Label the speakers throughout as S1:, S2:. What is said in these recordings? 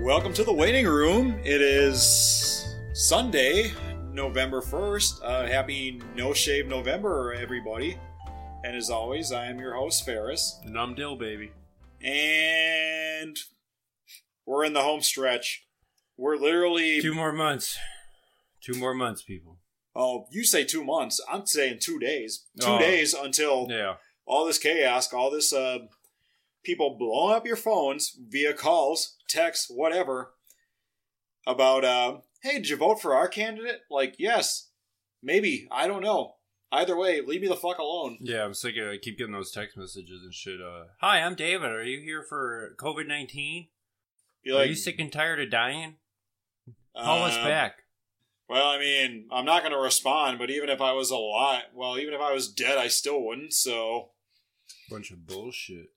S1: Welcome to the waiting room. It is Sunday, November 1st. Uh, happy No Shave November, everybody. And as always, I am your host, Ferris.
S2: And I'm Dill, baby.
S1: And we're in the home stretch. We're literally.
S2: Two more months. Two more months, people.
S1: oh, you say two months. I'm saying two days. Two
S2: Oh.
S1: days until
S2: Yeah.
S1: all this chaos, all this uh, people blowing up your phones via calls, texts, whatever, about, uh, hey, did you vote for our candidate? Like, yes, maybe, I don't know. Either way, leave me the fuck alone.
S2: Yeah, I'm sick of I keep getting those text messages and shit. Uh, Hi, I'm David. Are you here for COVID 19?
S1: You're
S2: Are
S1: like,
S2: you sick and tired of dying? Call us
S1: uh,
S2: back.
S1: Well, I mean, I'm not going to respond, but even if I was alive, well, even if I was dead, I still wouldn't. So
S2: Bunch of bullshit.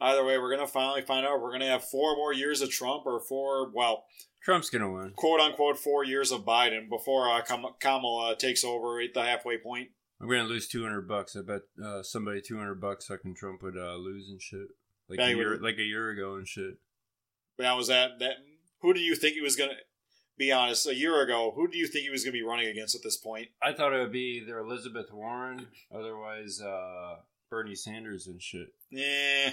S1: either way, we're going to finally find out. We're going to have four more years of Trump or four, well,
S2: Trump's going to win.
S1: quote unquote four years of Biden before uh, Kam- Kamala takes over at the halfway point.
S2: I'm going to lose 200 bucks. I bet uh, somebody 200 bucks sucking Trump would uh, lose and shit. Like,
S1: Yeah,
S2: a
S1: he
S2: year,
S1: would.
S2: like a year ago and shit.
S1: That was that. That who do you think he was gonna? Be honest. A year ago, who do you think he was gonna be running against at this point?
S2: I thought it would be either Elizabeth Warren, otherwise uh, Bernie Sanders and shit.
S1: Eh.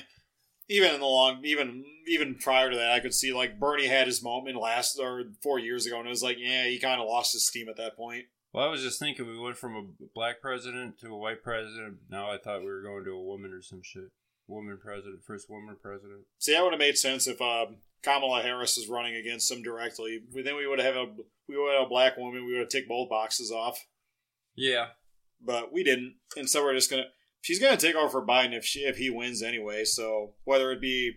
S1: Even in the long, even even prior to that, I could see like Bernie had his moment last or four years ago, and it was like, yeah, he kind of lost his steam at that point.
S2: Well, I was just thinking we went from a black president to a white president. Now I thought we were going to a woman or some shit. Woman president, first woman president.
S1: See, that would have made sense if um, Kamala Harris is running against him directly. We- Then we would have a we would have a black woman. We would have ticked both boxes off.
S2: Yeah.
S1: but we didn't, and so we're just gonna. She's gonna take over for Biden if she if he wins anyway. So whether it be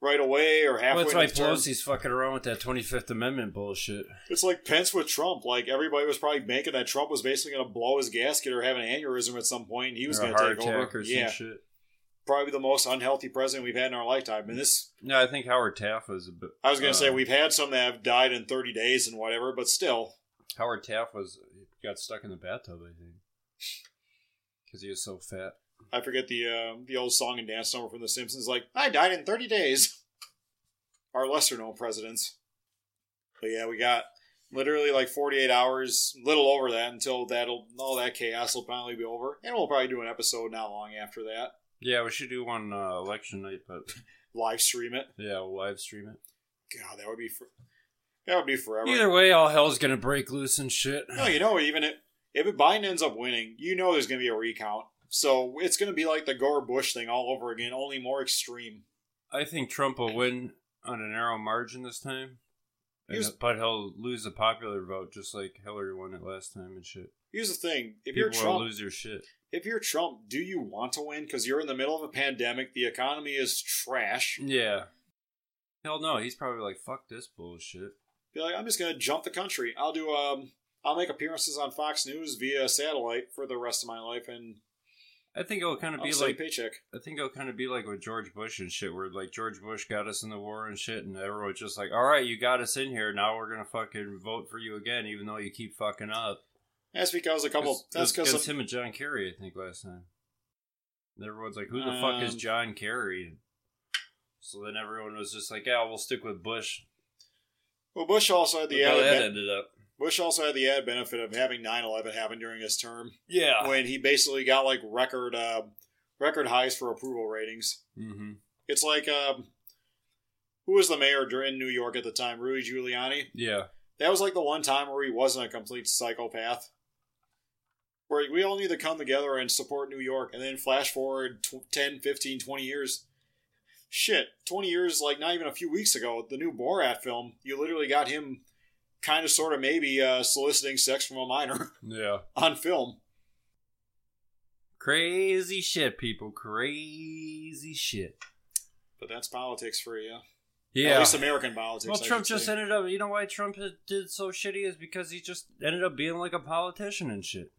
S1: right away or halfway,
S2: Well, that's
S1: into
S2: why
S1: the term,
S2: Pelosi's fucking around with that 25th Amendment bullshit.
S1: it's like Pence with Trump. Like everybody was probably banking that Trump was basically gonna blow his gasket or have an aneurysm at some point, And he was
S2: Or a
S1: gonna
S2: heart
S1: take over.
S2: attack or some
S1: yeah,
S2: shit.
S1: probably the most unhealthy president we've had in our lifetime. And this,
S2: No, I think Howard Taft was a bit.
S1: I was gonna
S2: uh,
S1: say, we've had some that have died in thirty days and whatever, but still,
S2: Howard Taft was got stuck in the bathtub, I think, because he was so fat.
S1: I forget the uh, the old song and dance number from The Simpsons, like "I died in 30 days." Our lesser known presidents, but yeah, we got literally like 48 hours, little over that, until that'll all that chaos will finally be over, and we'll probably do an episode not long after that,
S2: Yeah, we should do one uh, election night, but
S1: live stream it.
S2: yeah, we'll live stream it.
S1: God, that would be for- that would be forever.
S2: Either way, all hell's gonna break loose and shit.
S1: No, you know, even if if Biden ends up winning, you know there's going to be a recount. So it's going to be like the Gore Bush thing all over again, only more extreme.
S2: I think Trump will win on a narrow margin this time. And-
S1: Here's-
S2: but he'll lose the popular vote just like Hillary won it last time and shit.
S1: Here's the thing: if
S2: People
S1: you're Trump,
S2: will lose their shit.
S1: if you're Trump, do you want to win? Because you're in the middle of a pandemic. The economy is trash.
S2: Yeah. Hell no, he's probably like, fuck this bullshit.
S1: Be like, I'm just gonna jump the country. I'll do um, I'll make appearances on Fox News via satellite for the rest of my life, and
S2: I think it'll kind of
S1: I'll
S2: be
S1: save
S2: like
S1: a paycheck.
S2: I think it'll kind of be like with George Bush and shit, where like George Bush got us in the war and shit, and everyone's just like, "All right, you got us in here. Now we're gonna fucking vote for you again, even though you keep fucking up."
S1: That's because a couple. that's because
S2: him and John Kerry, I think, last time. And everyone's like, "Who the fuck is
S1: Um,
S2: John Kerry?" So then everyone was just like, "Yeah, we'll stick with Bush."
S1: well, Bush also had the
S2: Look how
S1: added
S2: that
S1: ben-
S2: ended up.
S1: Bush also had the added benefit of having 9/11 happen during his term,
S2: Yeah.
S1: when he basically got like record uh, record highs for approval ratings.
S2: Mm-hmm.
S1: It's like um, who was the mayor in New York at the time? Rudy Giuliani.
S2: Yeah.
S1: That was like the one time where he wasn't a complete psychopath. Where we all need to come together and support New York, and then flash forward tw 10, 15, 20 years. Shit, 20 years, like not even a few weeks ago, the new Borat film, you literally got him kind of, sort of, maybe uh, soliciting sex from a minor
S2: Yeah.
S1: on film.
S2: Crazy shit, people. Crazy shit.
S1: But that's politics for you.
S2: Yeah.
S1: At least American politics.
S2: Well,
S1: I
S2: Trump
S1: should
S2: just
S1: say.
S2: ended up. You know why Trump has- did so shitty is because he just ended up being like a politician and shit.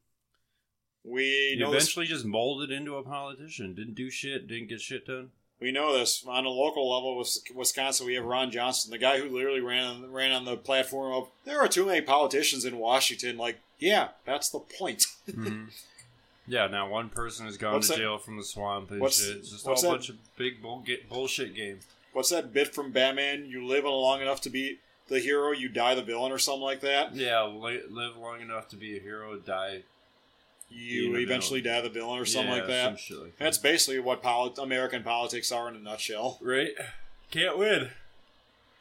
S1: We
S2: He
S1: know this
S2: eventually just molded into a politician. Didn't do shit. Didn't get shit done.
S1: We know this on a local level, Wis- Wisconsin. We have Ron Johnson, the guy who literally ran ran on the platform of there are too many politicians in Washington. Like, yeah, that's the point.
S2: Mm-hmm. Yeah. Now one person has gone
S1: What's
S2: to
S1: that-
S2: jail from the swamp and
S1: what's-
S2: shit. It's just a
S1: what's
S2: whole
S1: that-
S2: bunch of big bull, get, bullshit game.
S1: What's that bit from Batman? You live long enough to be the hero, you die the villain, or something like that.
S2: Yeah, li- live long enough to be a hero, die
S1: You
S2: Yeah,
S1: eventually die the villain, or something
S2: Yeah,
S1: like that.
S2: some shit like that.
S1: That's basically what poli- American politics are in a nutshell.
S2: right. Can't win.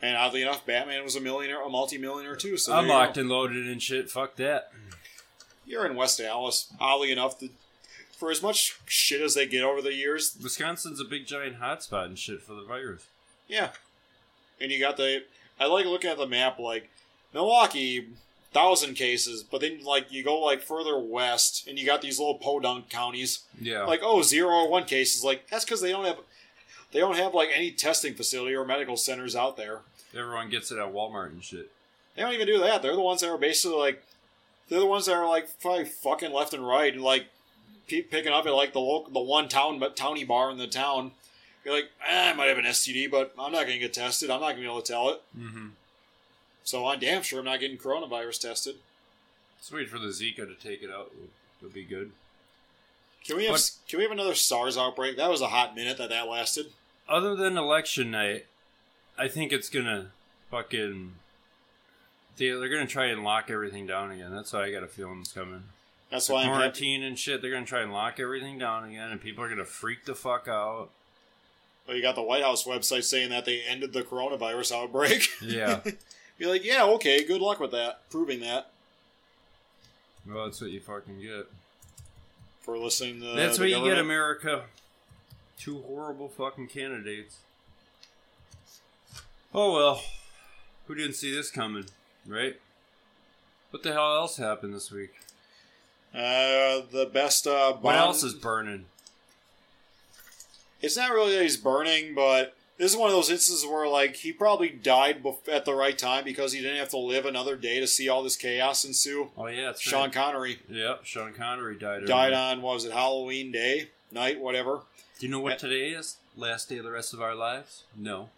S1: And oddly enough, Batman was a millionaire, a multi-millionaire too. So
S2: I'm
S1: there you
S2: locked
S1: go.
S2: and loaded and shit. Fuck that.
S1: You're in West Dallas. Oddly enough, the, for as much shit as they get over the years,
S2: Wisconsin's a big giant hotspot and shit for the virus.
S1: yeah. And you got the. I like looking at the map, like Milwaukee, thousand cases, but then like you go like further west, and you got these little podunk counties.
S2: Yeah.
S1: like oh zero or one cases like that's because they don't have they don't have like any testing facility or medical centers out there
S2: Everyone gets it at Walmart and shit.
S1: they don't even do that they're the ones that are basically like they're the ones that are like probably fucking left and right and like keep picking up at like the local the one town but towny bar in the town you're like ah, i might have an std but i'm not gonna get tested i'm not gonna be able to tell it
S2: Mm-hmm.
S1: so i'm damn sure i'm not getting coronavirus tested
S2: Let's wait for the Zika to take it out. It'll be good.
S1: can we have
S2: But-
S1: can we have another sars outbreak that was a hot minute that that lasted
S2: Other than election night, I think it's gonna fucking. They, they're gonna try and lock everything down again. That's why I got a feeling it's coming.
S1: that's
S2: The
S1: why i'm happy
S2: quarantine and shit. They're gonna try and lock everything down again, and people are gonna freak the fuck out.
S1: Well, Oh, you got the White House website saying that they ended the coronavirus outbreak.
S2: Yeah.
S1: Be like, yeah, okay, good luck with that, proving that
S2: well, that's what you fucking get.
S1: for listening to.
S2: That's
S1: Uh, the
S2: what you get,
S1: government.
S2: America. Two horrible fucking candidates. Oh well. Who didn't see this coming, right? What the hell else happened this week?
S1: Uh, the best. Uh,
S2: What
S1: bomb-
S2: else is burning?
S1: It's not really that he's burning, but this is one of those instances where like he probably died bef- at the right time because he didn't have to live another day to see all this chaos ensue.
S2: Oh yeah, it's
S1: Sean
S2: Right.
S1: Connery
S2: Yep, Sean Connery died.
S1: died
S2: early.
S1: on what was it Halloween Day, night, whatever,
S2: Do you know what today is? Last day of the rest of our lives? No.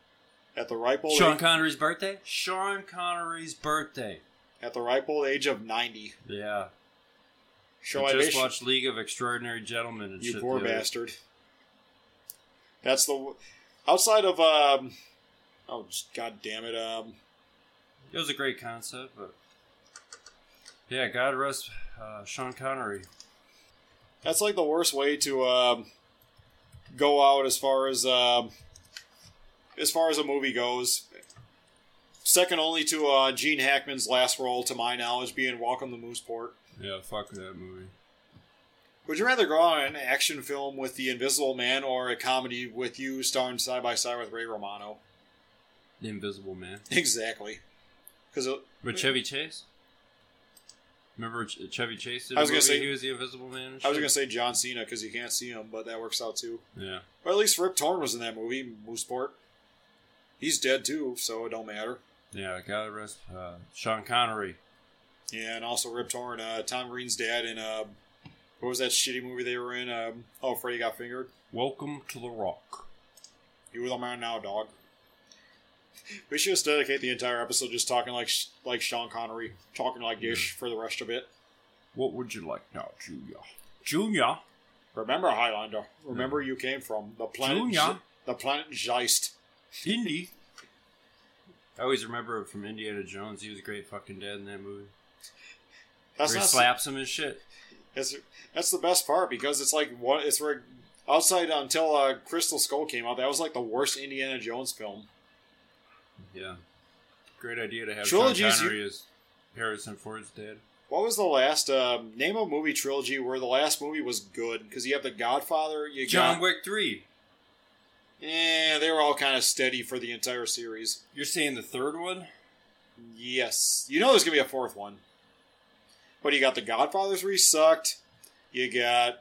S1: at the ripe old
S2: Sean
S1: age,
S2: Connery's birthday? Sean Connery's birthday.
S1: at the ripe old age of ninety.
S2: Yeah.
S1: Show
S2: I
S1: I
S2: just
S1: nation-
S2: watched League of Extraordinary Gentlemen and
S1: You
S2: shit.
S1: poor
S2: the other-
S1: bastard. That's the outside of um. Oh god damn it! Um,
S2: It was a great concept, but yeah, God rest uh, Sean Connery.
S1: that's like the worst way to um go out as far as um as far as a movie goes. Second only to uh, Gene Hackman's last role, to my knowledge, being Welcome to Mooseport.
S2: Yeah, fuck that movie.
S1: Would you rather go on an action film with The Invisible Man or a comedy with you starring side by side with Ray Romano?
S2: The Invisible Man.
S1: Exactly. uh, Because
S2: But Chevy Chase. Remember Ch- Chevy Chase? Did
S1: I
S2: I
S1: was
S2: was
S1: gonna say-
S2: he was the Invisible Man.
S1: I was gonna say John Cena because you can't see him, but that works out too.
S2: yeah.
S1: Or at least Rip Torn was in that movie, Mooseport. He's dead too, so it don't matter.
S2: Yeah, God rest uh, Sean Connery.
S1: Yeah, and also Rip Torn, uh, Tom Green's dad in uh, what was that shitty movie they were in? Um, oh, Freddy Got Fingered.
S2: Welcome to the Rock.
S1: You with a man now, dog. We should just dedicate the entire episode just talking like sh- like Sean Connery, talking like Dish
S2: Mm-hmm.
S1: for the rest of it.
S2: What would you like now, Junior? Junior.
S1: Remember Highlander. Remember you came from the planet.
S2: Junior.
S1: the planet Geist.
S2: Indy. I always remember him from Indiana Jones. He was a great fucking dad in that movie.
S1: That's
S2: Where he
S1: not
S2: slaps him and shit.
S1: It's, that's the best part because it's like one. It's where outside until uh, Crystal Skull came out. That was like the worst Indiana Jones film.
S2: Yeah. Great idea to have
S1: Trilogies,
S2: Sean Connery as Harrison Ford's dad.
S1: What was the last um, name of movie trilogy where the last movie was good? Because you have the Godfather, you
S2: John
S1: got
S2: Wick 3.
S1: eh, they were all kind of steady for the entire series.
S2: You're saying the third one?
S1: Yes, you know there's gonna be a fourth one. But you got the Godfather three sucked. You got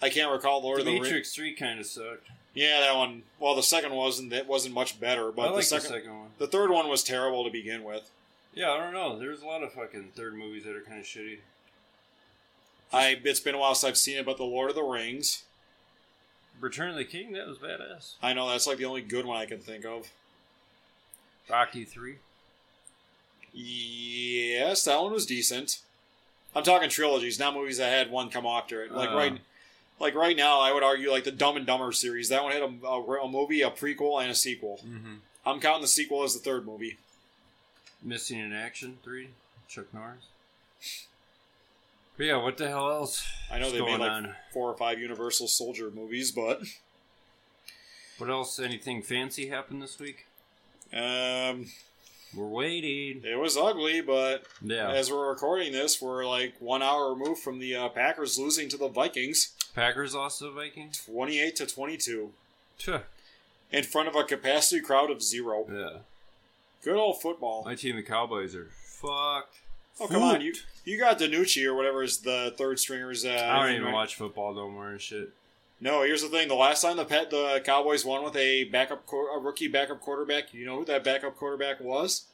S1: I can't recall Lord
S2: the
S1: of the Rings.
S2: Matrix 3 kind of sucked.
S1: Yeah, that one. Well, the second wasn't. That wasn't much better. But
S2: I like
S1: the second,
S2: the second one.
S1: the third one was terrible to begin with.
S2: Yeah, I don't know. There's a lot of fucking third movies that are kind of shitty.
S1: I it's been a while since I've seen it, but The Lord of the Rings.
S2: Return of the King, that was badass.
S1: I know that's like the only good one I can think of.
S2: Rocky 3.
S1: Yes, that one was decent. I'm talking trilogies, not movies that had one come after it. Like
S2: Uh.
S1: right, Like right now, I would argue like the Dumb and Dumber series. That one had a, a, a movie, a prequel, and a sequel.
S2: Mm-hmm.
S1: I'm counting the sequel as the third movie.
S2: Missing in Action 3, Chuck Norris. But yeah, what the hell else?
S1: I know
S2: is
S1: they made
S2: going
S1: like
S2: on?
S1: four or five Universal Soldier movies, but
S2: What else? Anything fancy happened this week?
S1: um,
S2: We're waiting.
S1: it was ugly. But
S2: Yeah.
S1: as we're recording this, we're like one hour removed from the uh, Packers losing to the Vikings,
S2: Packers lost to the Vikings?
S1: 28 to 22,
S2: Tuh.
S1: in front of a capacity crowd of zero.
S2: Yeah.
S1: Good old football.
S2: My team, the Cowboys, are fucked.
S1: Oh come on, you you got Danucci or whatever is the third stringer's. Uh,
S2: I don't
S1: name,
S2: even
S1: right?
S2: watch football no more and shit.
S1: No, here's the thing: the last time the pet the Cowboys won with a backup quar- a rookie backup quarterback, you know who that backup quarterback was?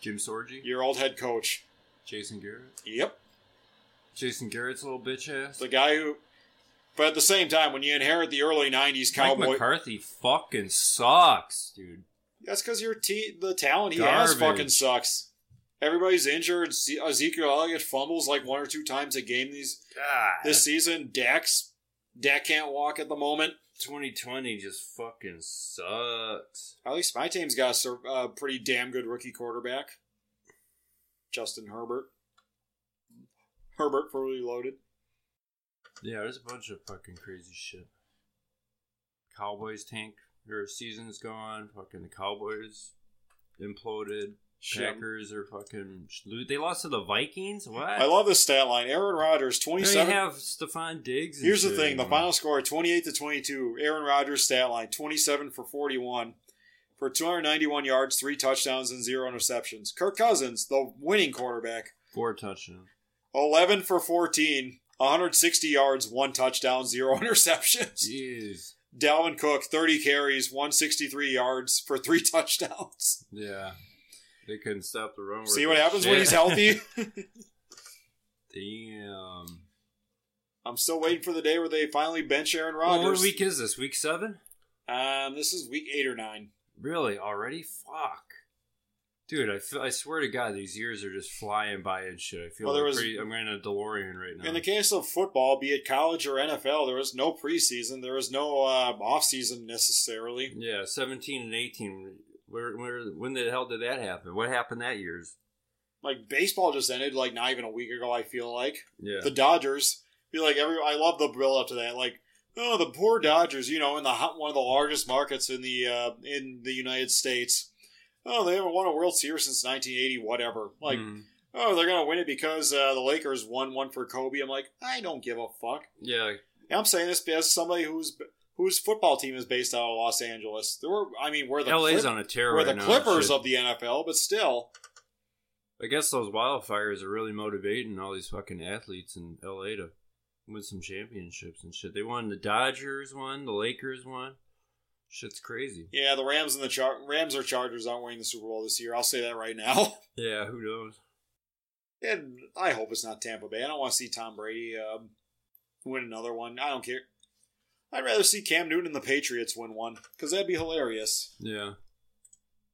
S2: Jim Sorgi?
S1: Your old head coach.
S2: Jason Garrett?
S1: Yep,
S2: Jason Garrett's a little bitch ass?
S1: the guy who. But at the same time, when you inherit the early '90s
S2: Mike
S1: Cowboy,
S2: McCarthy fucking sucks, dude.
S1: that's because your te- the talent he has
S2: Garbage.
S1: fucking sucks. Everybody's injured. Ze- Ezekiel Elliott fumbles like one or two times a game these
S2: God.
S1: this season. Dax Dak can't walk at the moment.
S2: 2020 just fucking sucks.
S1: At least my team's got a sur- a pretty damn good rookie quarterback, Justin Herbert. Herbert fully loaded.
S2: Yeah, there's a bunch of fucking crazy shit. Cowboys tank. Their season's gone. Fucking the Cowboys imploded.
S1: Shit.
S2: Packers are fucking. They lost to the Vikings? What?
S1: I love this stat line. Aaron Rodgers,
S2: They
S1: 27.
S2: have Stephon Diggs. and
S1: Here's the
S2: shit
S1: thing the
S2: anymore.
S1: final score 28 to 22. Aaron Rodgers' stat line 27 for 41 for 291 yards, three touchdowns, and zero interceptions. Kirk Cousins, the winning quarterback,
S2: Four touchdowns.
S1: 11 for 14, 160 yards, one touchdown, zero interceptions.
S2: Jeez.
S1: Dalvin Cook, 30 carries, 163 yards for three touchdowns.
S2: Yeah. They couldn't stop the run.
S1: See what
S2: with that
S1: happens when
S2: shit.
S1: he's healthy?
S2: Damn.
S1: I'm still waiting for the day where they finally bench Aaron
S2: Well, what
S1: Rodgers.
S2: week is this? Week seven?
S1: um, this is week eight or nine.
S2: Really? Already? Fuck. Dude, I, feel, I swear to God, these years are just flying by and shit. I feel
S1: Well, there
S2: like
S1: was-
S2: pretty, I'm in a DeLorean right now.
S1: In the case of football, be it college or NFL, there was no preseason. There was no uh, offseason necessarily.
S2: yeah, 17 and 18. Where, where, when the hell did that happen? What happened that year's?
S1: Like baseball just ended like not even a week ago. I feel like
S2: Yeah.
S1: the Dodgers be like every. I love the build up to that. Like oh, the poor Dodgers. You know, in the hot- one of the largest markets in the uh, in the United States. Oh, they haven't won a World Series since 1980. Whatever. Like
S2: Mhm.
S1: oh, they're gonna win it because uh, the Lakers won one for Kobe. I'm like I don't give a fuck.
S2: yeah.
S1: And I'm saying this as somebody who's whose football team is based out of Los Angeles. There were, I mean, we're the
S2: LA's
S1: Clip-
S2: on a tear
S1: we're
S2: right
S1: the
S2: now. and
S1: Clippers
S2: shit.
S1: of the NFL, but still,
S2: I guess those wildfires are really motivating all these fucking athletes in LA to win some championships and shit. They won the Dodgers won, the Lakers won. Shit's crazy.
S1: yeah, the Rams and the Char- Rams or Chargers aren't winning the Super Bowl this year. I'll say that right now.
S2: Yeah, who knows?
S1: and I hope it's not Tampa Bay. I don't want to see Tom Brady um, win another one. I don't care. I'd rather see Cam Newton and the Patriots win one because that'd be hilarious.
S2: Yeah.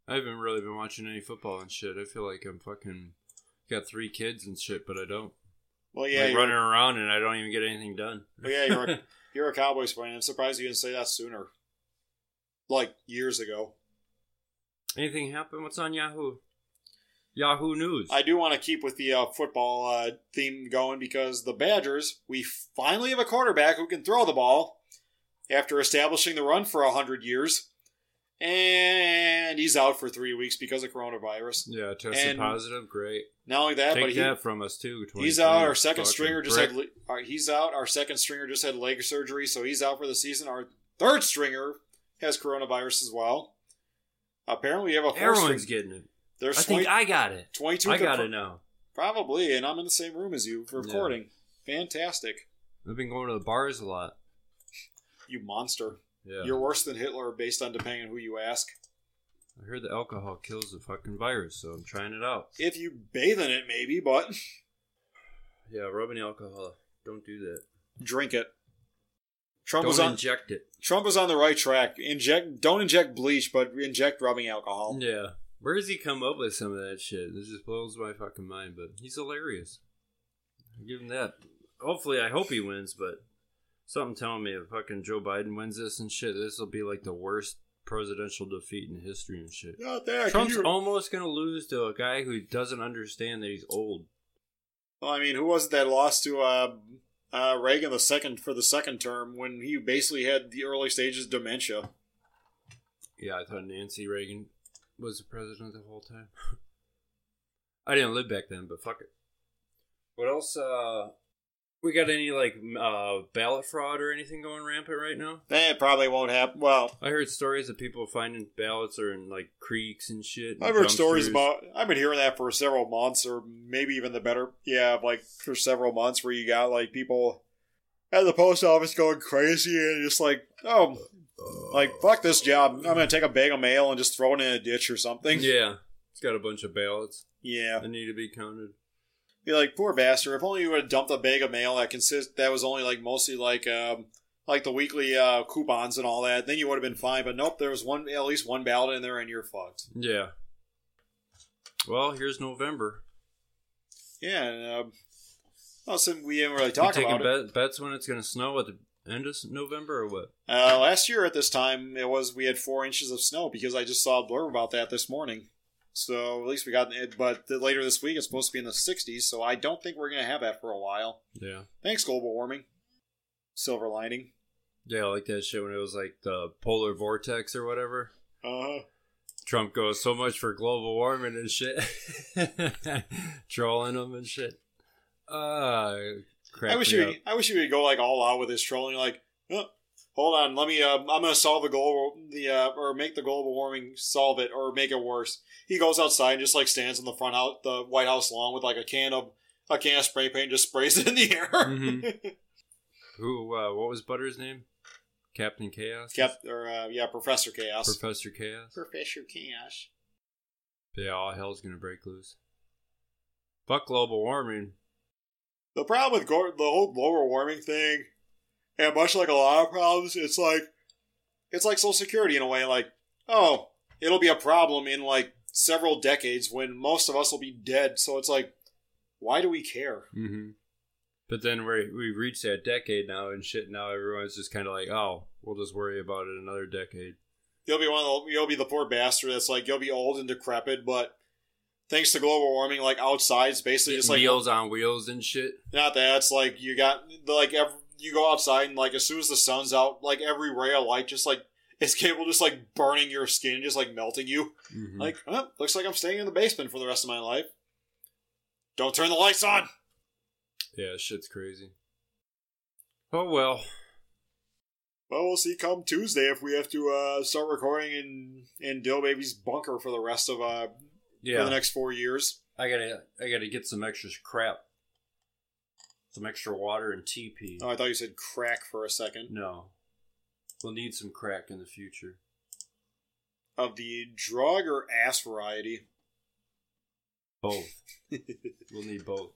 S2: I haven't really been watching any football and shit. I feel like I'm fucking got three kids and shit, but I don't.
S1: Well,
S2: Yeah,
S1: yeah, you're,
S2: running around and I don't even get anything done.
S1: well, yeah, you're a, you're a Cowboys fan. I'm surprised you didn't say that sooner, like years ago.
S2: anything happen? What's on Yahoo? Yahoo News.
S1: I do want to keep with the uh, football uh, theme going because the Badgers, we finally have a quarterback who can throw the ball after establishing the run for 100 years. And he's out for three weeks because of coronavirus.
S2: yeah, tested
S1: and-
S2: positive. Great.
S1: Not only that,
S2: Take
S1: but he,
S2: that from us too.
S1: he's out. Our
S2: 2020.
S1: second
S2: Fucking
S1: stringer just
S2: prick.
S1: had le- our, he's out. Our second stringer just had leg surgery, so he's out for the season. Our third stringer has coronavirus as well. Apparently, we have a fourth
S2: Everyone's
S1: string.
S2: getting it.
S1: There's
S2: I think
S1: 20
S2: I got it.
S1: 22
S2: I got
S1: confir-
S2: it now.
S1: Probably, and I'm in the same room as you for
S2: Yeah.
S1: recording. Fantastic.
S2: I've been going to the bars a lot.
S1: You monster.
S2: Yeah.
S1: You're worse than Hitler based on depending on who you ask.
S2: I heard the alcohol kills the fucking virus, so I'm trying it out.
S1: If you bathe in it, maybe, but
S2: Yeah, rubbing alcohol. Don't do that.
S1: drink it. Trump was,
S2: Don't
S1: on,
S2: inject it.
S1: Trump was on the right track. Inject don't inject bleach, but inject rubbing alcohol.
S2: Yeah. Where does he come up with some of that shit? This just blows my fucking mind, but he's hilarious. I give him that. hopefully, I hope he wins, but something telling me if fucking Joe Biden wins this and shit, this will be like the worst presidential defeat in history and shit.
S1: Not there. can
S2: Trump's
S1: you-
S2: almost gonna lose to a guy who doesn't understand that he's old.
S1: Well, I mean, who was it that lost to uh, uh, Reagan the second for the second term when he basically had the early stages of dementia?
S2: Yeah, I thought Nancy Reagan was the president the whole time. I didn't live back then, but fuck it. What else? Uh, we got any like m- uh, ballot fraud or anything going rampant right now?
S1: That probably won't happen. Well,
S2: I heard stories of people finding ballots are in like creeks and shit. and
S1: I've heard stories
S2: dumpsters.
S1: about. I've been hearing that for several months, or maybe even the better. Yeah, like for several months, where you got like people at the post office going crazy and just like, oh, like fuck this job. I'm gonna take a bag of mail and just throw it in a ditch or something.
S2: Yeah, it's got a bunch of ballots
S1: yeah.
S2: that need to be counted.
S1: Be like, poor bastard. If only you would have dumped a bag of mail that consist that was only like mostly like um like the weekly uh, coupons and all that, then you would have been fine. But nope, there was one at least one ballot in there, and you're fucked.
S2: Yeah. Well, here's November.
S1: Yeah. And, um, well, since we didn't really
S2: You
S1: talk
S2: taking
S1: about it.
S2: bet- bets when it's gonna snow at the end of s- November or what?
S1: Uh, last year at this time, it was we had four inches of snow because I just saw a blurb about that this morning. So at least we got it. But the, later this week, it's supposed to be in the 60s. So I don't think we're gonna have that for a while.
S2: Yeah.
S1: Thanks, global warming. Silver lining.
S2: Yeah, I like that shit when it was like the polar vortex or whatever.
S1: Uh,
S2: Trump goes so much for global warming and shit, trolling them and shit. Uh, crap.
S1: I wish
S2: me
S1: you. I wish you would go like all out with this trolling. Like, "Huh, hold on, let me. Uh, I'm gonna solve the global the uh, or make the global warming solve it or make it worse. He goes outside and just like stands on the front out the White House lawn with like a can of a can of spray paint, and just sprays it in the air.
S2: Mhm. Who? Uh, what was Butter's name? Captain Chaos.
S1: Kept or uh, yeah, Professor Chaos.
S2: Professor Chaos.
S1: Professor Chaos.
S2: Yeah, all hell's gonna break loose. Fuck global warming.
S1: The problem with go- the whole global warming thing, and much like a lot of problems, it's like it's like Social Security in a way. Like, oh, it'll be a problem in like several decades when most of us will be dead. So it's like, why do we care?
S2: Mm-hmm. But then we we reached that decade now and shit. Now everyone's just kind of like, oh, we'll just worry about it another decade.
S1: You'll be one of the, you'll be the poor bastard that's like you'll be old and decrepit, but thanks to global warming, like outside's basically just like
S2: wheels on wheels and shit.
S1: Not that it's like you got like every, you go outside and like as soon as the sun's out, like every ray of light just like is capable of just like burning your skin, just like melting you.
S2: Mm.
S1: Like, huh, looks like I'm staying in the basement for the rest of my life. Don't turn the lights on.
S2: yeah, shit's crazy. Oh well,
S1: Well, we'll see come Tuesday if we have to uh, start recording in in Dill Baby's bunker for the rest of uh for
S2: yeah.
S1: the next four years.
S2: I gotta I gotta get some extra crap, some extra water and TP.
S1: Oh, I thought you said crack for a second
S2: No, we'll need some crack in the future.
S1: of the drug or ass variety.
S2: Both. we'll need both.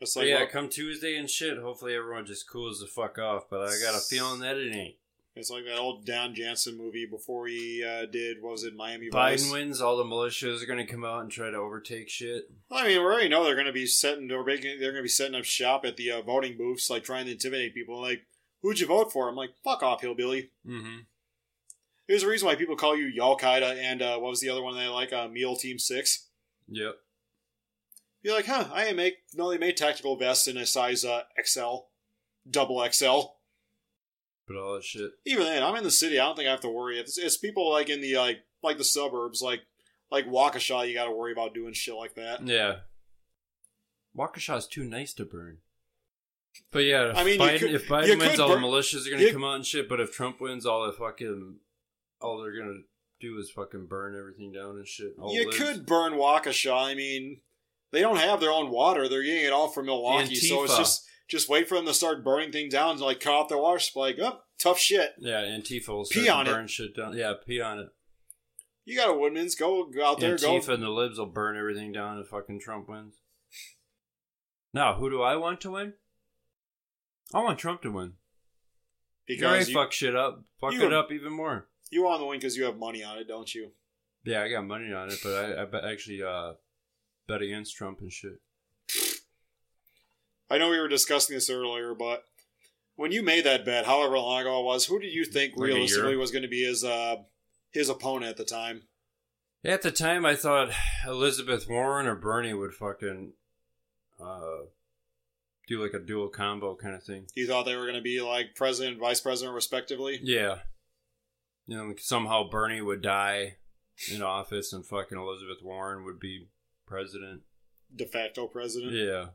S1: It's
S2: So
S1: like
S2: Oh, yeah,
S1: well,
S2: come Tuesday and shit. Hopefully everyone just cools the fuck off. But I got a feeling that it ain't.
S1: It's like that old Don Jansen movie before he uh, did what was it Miami Vice.
S2: Biden wins, all the militias are gonna come out and try to overtake shit.
S1: I mean, we already know they're going to be setting they're making, they're going to be setting up shop at the uh, voting booths, like trying to intimidate people. Like, who'd you vote for? I'm like, fuck off, hillbilly.
S2: Mm-hmm.
S1: There's a reason why people call you Al Qaeda and uh, what was the other one they like? Uh, Meal Team Six.
S2: Yep.
S1: You're like, huh? I ain't make no. They made tactical vests in a size uh, XL, double XL.
S2: But all that shit.
S1: even then, I'm in the city. I don't think I have to worry. It's, it's people like in the like like the suburbs, like like Waukesha. You got to worry about doing shit like that.
S2: Yeah. Waukesha's too nice to burn. But yeah, if
S1: I mean, you
S2: Biden,
S1: could-
S2: if
S1: you
S2: Biden
S1: could
S2: wins, all
S1: burn-
S2: the militias are gonna
S1: you-
S2: come out and shit. But if Trump wins, all the fucking all they're gonna do is fucking burn everything down and shit. All
S1: you
S2: lives.
S1: could burn Waukesha. I mean, they don't have their own water. They're getting it all from Milwaukee. So it's
S2: Antifa.
S1: just just wait for them to start burning things down and like cut off their water supply. Like, oh, tough shit.
S2: Yeah, Antifa will
S1: Pee
S2: start to
S1: on it.
S2: burn shit down. Yeah, pee on it.
S1: You got a Woodman's. Go, go out there.
S2: Antifa
S1: Go.
S2: and the libs will burn everything down if fucking Trump wins. Now, who do I want to win? I want Trump to win. He
S1: Because
S2: already
S1: you,
S2: fuck shit up. Fuck
S1: you-
S2: it up even more.
S1: you want the win because you have money on it, don't you?
S2: Yeah, I got money on it, but I, I bet actually uh, bet against Trump and shit.
S1: I know we were discussing this earlier, but when you made that bet, however long ago it was, who did you think
S2: Like a year?
S1: realistically was going to be his uh, his opponent at the time?
S2: At the time, I thought Elizabeth Warren or Bernie would fucking uh, do like a dual combo kind of thing.
S1: You thought they were going to be like president and vice president, respectively.
S2: Yeah. You know, like somehow Bernie would die in office and fucking Elizabeth Warren would be president.
S1: de facto president.
S2: Yeah.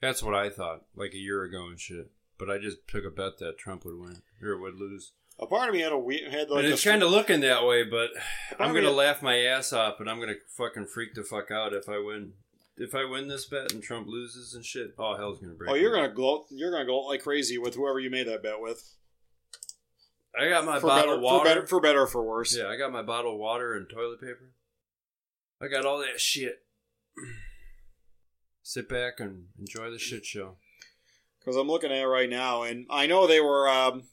S2: That's what I thought, like a year ago and shit. But I just took a bet that Trump would win or would lose.
S1: A part of me had a we had like
S2: and
S1: the
S2: it's kind of looking that way, but I'm
S1: Probably-
S2: gonna laugh my ass off, and I'm gonna fucking freak the fuck out if I win. If I win this bet and Trump loses and shit, oh hell's gonna break.
S1: oh, you're
S2: loose.
S1: gonna gloat, you're gonna gloat like crazy with whoever you made that bet with.
S2: I got my
S1: for
S2: bottle
S1: better,
S2: of water.
S1: for better, for better or for worse.
S2: Yeah, I got my bottle of water and toilet paper. I got all that shit. Sit back and enjoy the shit show.
S1: Because I'm looking at it right now, and I know they were um,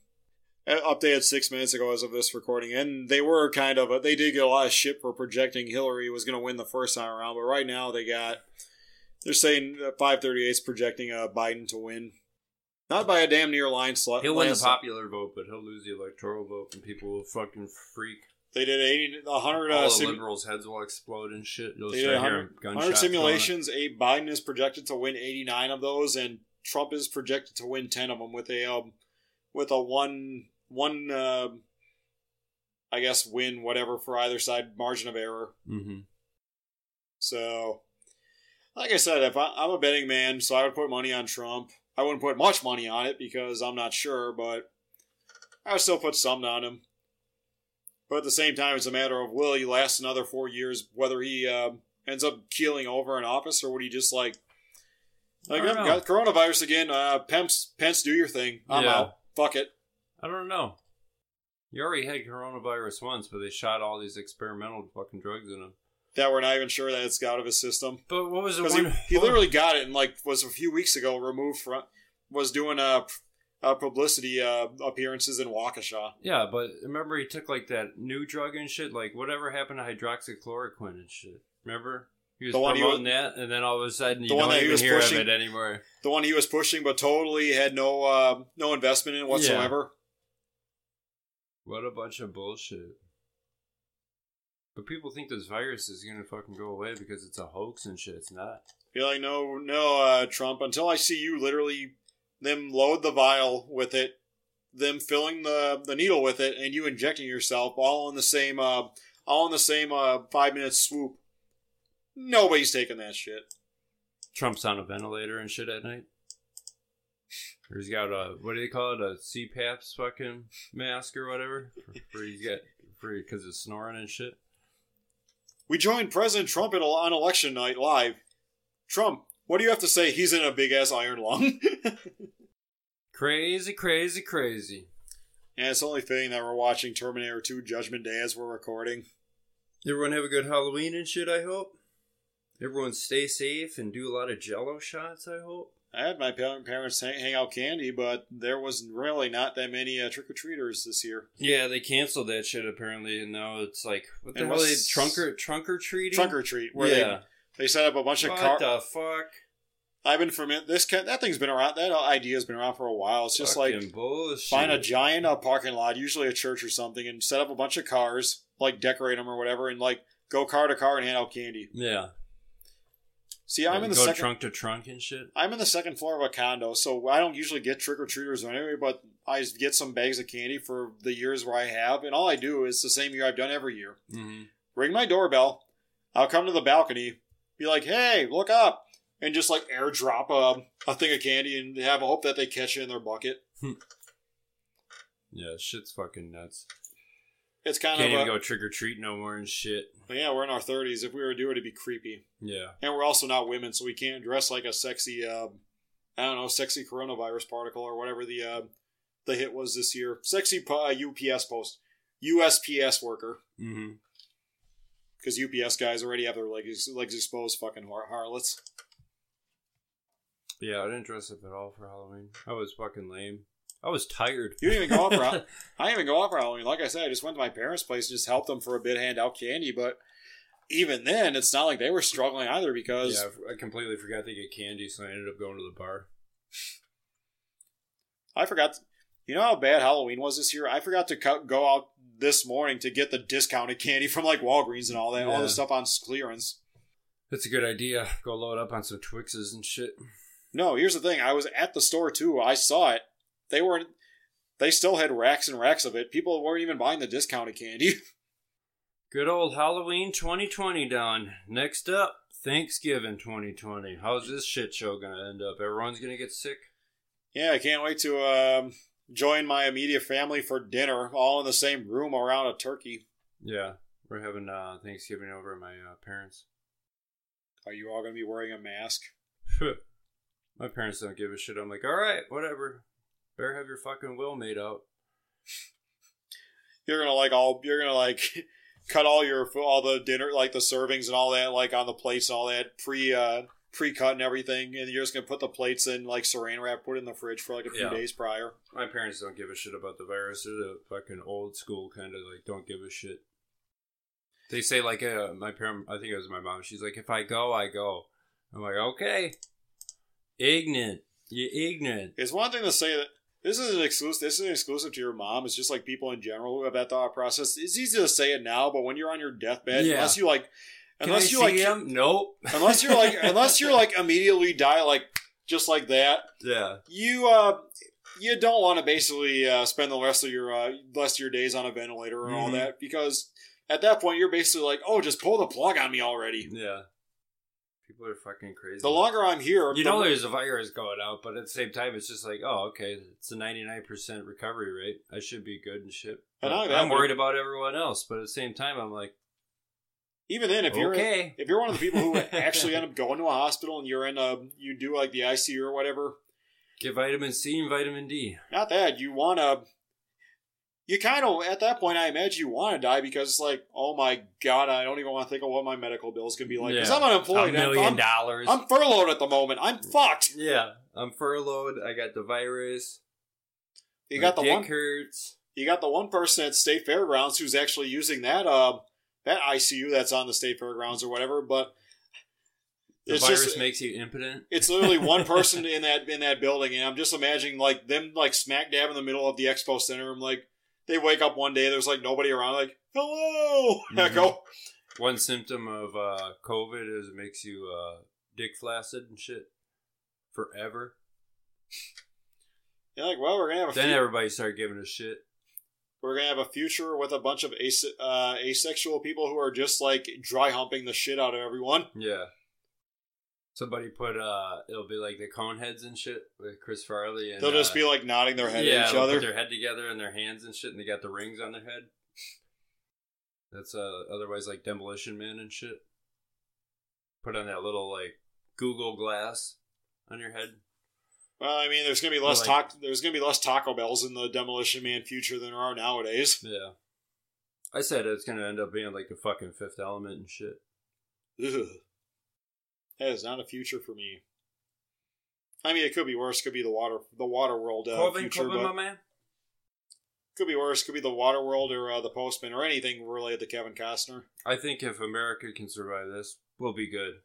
S1: uh, updated six minutes ago as of this recording, and they were kind of they did get a lot of shit for projecting Hillary was going to win the first time around, but right now they got they're saying that 538 is projecting uh, Biden to win, not by a damn near line slot.
S2: He'll win the
S1: landslide.
S2: popular vote, but he'll lose the electoral vote, and people will fucking freak.
S1: They did 80, 100 uh,
S2: All the
S1: sim-
S2: liberals' heads will explode and shit. You'll
S1: They did
S2: start hearing
S1: 100,
S2: gunshots.
S1: 100
S2: going off.
S1: simulations. A Biden is projected to win 89 of those, and Trump is projected to win 10 of them with a um, with a one one uh, I guess win whatever for either side margin of error.
S2: Mm-hmm.
S1: So, like I said, if I, I'm a betting man, so I would put money on Trump. I wouldn't put much money on it because I'm not sure, but I would still put some on him. But at the same time, it's a matter of will he last another four years, whether he um ends up keeling over in office or would he just like, like
S2: I don't
S1: "Oh,
S2: know.
S1: got coronavirus again. Uh, Pence, Pence, do your thing. I'm
S2: Yeah.
S1: out. Fuck it.
S2: I don't know. You already had coronavirus once, but they shot all these experimental fucking drugs in him.
S1: That we're not even sure that it's out of his system.
S2: But what was the
S1: because
S2: one?
S1: he, he literally got it and like was a few weeks ago removed from was doing uh, p- uh publicity uh appearances in Waukesha.
S2: Yeah, but remember he took like that new drug and shit, like whatever happened to hydroxychloroquine and shit. Remember he was
S1: The one he
S2: promoting that, and then all of a sudden you
S1: The one
S2: don't
S1: that he
S2: even
S1: was
S2: hear
S1: pushing-
S2: of it anymore.
S1: The one he was pushing, but totally had no uh, no investment in it whatsoever.
S2: What a bunch of bullshit! But people think this virus is gonna fucking go away because it's a hoax and shit. It's not.
S1: Be like, no, no, uh, Trump. Until I see you literally them load the vial with it, them filling the the needle with it, and you injecting yourself all in the same uh all in the same uh five minute swoop. Nobody's taking that shit.
S2: Trump's on a ventilator and shit at night. Or he's got a what do they call it? A CPAP's fucking mask or whatever. For he's got for because he's snoring and shit.
S1: We joined President Trump at, on election night live. Trump, what do you have to say? He's in a big ass iron lung. and
S2: Crazy, crazy, crazy.
S1: it's only fitting that we're watching Terminator 2 Judgment Day as we're recording.
S2: Everyone have a good Halloween and shit. I hope. Everyone stay safe and do a lot of Jello shots. I hope.
S1: I had my pa- parents hang, hang out candy, but there was really not that many uh, trick or treaters this year.
S2: Yeah, they canceled that shit apparently, and now it's like what the
S1: And
S2: hell? They
S1: what's-
S2: trunker trunker treating.
S1: Trunk or treat, where
S2: yeah.
S1: they, they set up a bunch of
S2: What
S1: car.
S2: the fuck?
S1: I've been familiar. This ca- that thing's been around. That idea's been around for a while. It's just like
S2: Fucking bullshit.
S1: find a giant uh, parking lot, usually a church or something, and set up a bunch of cars, like decorate them or whatever, and like go car to car and hand out candy.
S2: Yeah.
S1: See, I'm
S2: And
S1: in the
S2: go
S1: second.
S2: trunk to trunk and shit.
S1: I'm in the second floor of a condo, so I don't usually get trick or treaters or anyway, but I get some bags of candy for the years where I have, and all I do is the same year I've done every year.
S2: Mm-hmm.
S1: Ring my doorbell, I'll come to the balcony, be like, "Hey, look up," and just like airdrop a, a thing of candy, and have a hope that they catch it in their bucket.
S2: Yeah, shit's fucking nuts.
S1: It's kind
S2: Can't
S1: of
S2: even
S1: a,
S2: go trick or treat no more and shit.
S1: but yeah, we're in our thirties. If we were to do it, it'd be creepy,
S2: Yeah.
S1: and we're also not women, so we can't dress like a sexy, uh, I don't know, sexy coronavirus particle or whatever the uh, the hit was this year. Sexy po- uh, UPS post, USPS worker,
S2: Mm-hmm.
S1: because UPS guys already have their legs legs exposed, fucking har- harlots.
S2: Yeah, I didn't dress up at all for Halloween. I was fucking lame. I was tired.
S1: You didn't even go out for Hal- I didn't even go out for Halloween. Like I said, I just went to my parents' place and just helped them for a bit, hand out candy, but even then, it's not like they were struggling either because
S2: Yeah, I completely forgot they get candy, so I ended up going to the bar.
S1: I forgot. You know how bad Halloween was this year? I forgot to co- go out this morning to get the discounted candy from like Walgreens and all that, all the
S2: Yeah.
S1: stuff on clearance.
S2: That's a good idea. Go load up on some Twixes and shit.
S1: No, here's the thing. I was at the store too. I saw it. They weren't. They still had racks and racks of it. People weren't even buying the discounted candy.
S2: Good old Halloween 2020 done. Next up, Thanksgiving 2020. How's this shit show gonna end up? Everyone's gonna get sick.
S1: yeah, I can't wait to um, join my immediate family for dinner, all in the same room around a turkey.
S2: Yeah, we're having uh, Thanksgiving over at my uh, parents.
S1: Are you all going to be wearing a mask?
S2: my parents don't give a shit. I'm like, all right, whatever. Better have your fucking will made out.
S1: You're gonna like all. You're gonna like cut all your fo- all the dinner like the servings and all that like on the plates and all that pre uh pre cut and everything, and you're just gonna put the plates in like saran wrap, put it in the fridge for like a few
S2: Yeah.
S1: days prior.
S2: My parents don't give a shit about the virus. They're the fucking old school kind of like don't give a shit. They say like uh, my parent. I think it was my mom. She's like, if I go, I go. I'm like, okay. Ignorant, you ignorant.
S1: It's one thing to say that this isn't exclusive. This isn't exclusive to your mom. It's just like people in general who have that thought process. It's easy to say it now, but when you're on your deathbed,
S2: Yeah.
S1: unless you like,
S2: Can
S1: unless
S2: I
S1: you
S2: see
S1: like,
S2: him? Nope.
S1: unless you're like, unless you're like immediately die like just like that.
S2: yeah,
S1: you uh you don't want to basically uh, spend the rest of your uh, rest of your days on a ventilator and all
S2: Mhm.
S1: that because at that point you're basically like, oh, just pull the plug on me already.
S2: yeah. People are fucking crazy.
S1: The longer I'm here,
S2: you
S1: the
S2: know
S1: mo-
S2: there's a virus going out, but at the same time, it's just like, oh, okay, it's a 99% recovery rate. I should be good and shit.
S1: I know
S2: I'm
S1: that, but-
S2: worried about everyone else, but at the same time, I'm like,
S1: even then if you're
S2: okay.
S1: if you're one of the people who actually end up going to a hospital and you're in a you do like the ICU or whatever,
S2: Get vitamin C and vitamin D.
S1: not that you want to. You kind of at that point, I imagine you want to die because it's like, oh my god, I don't even want to think of what my medical bill is going to be like because
S2: Yeah.
S1: I'm unemployed.
S2: a million
S1: I'm,
S2: dollars.
S1: I'm furloughed at the moment. I'm fucked.
S2: yeah, I'm furloughed. I got the virus.
S1: You
S2: My
S1: got the
S2: dick
S1: one.
S2: hurts.
S1: You got the one person at state fairgrounds who's actually using that uh, that ICU that's on the state fairgrounds or whatever. But
S2: The
S1: it's
S2: virus
S1: just
S2: makes you impotent.
S1: it's literally one person in that in that building, and I'm just imagining like them like smack dab in the middle of the expo center. I'm like, they wake up one day, there's like nobody around, like hello,
S2: Mhm.
S1: echo.
S2: One symptom of uh, COVID is it makes you uh, dick flaccid and shit forever.
S1: You're like, well, we're gonna have a
S2: Then
S1: fu-
S2: everybody started giving a shit.
S1: we're gonna have a future with a bunch of ase- uh, asexual people who are just like dry humping the shit out of everyone.
S2: Yeah. Somebody put uh, it'll be like the cone heads and shit with Chris Farley and
S1: They'll just
S2: uh,
S1: be like nodding their head
S2: yeah,
S1: at each
S2: they'll
S1: other.
S2: Put their head together and their hands and shit, and they got the rings on their head. That's uh, otherwise like Demolition Man and shit. Put on that little like Google Glass on your head.
S1: Well, I mean, there's gonna be less
S2: Or
S1: taco. There's gonna be less Taco Bells in the Demolition Man future than there are nowadays.
S2: Yeah, I said it's gonna end up being like the fucking Fifth Element and shit.
S1: Ugh. That is not a future for me. I mean, it could be worse. Could be the water, the water world uh,
S2: Corbin,
S1: future,
S2: Corbin, my
S1: but
S2: man.
S1: could be worse. Could be the water world or uh, the Postman or anything related to Kevin Costner.
S2: I think if America can survive this, we'll be good.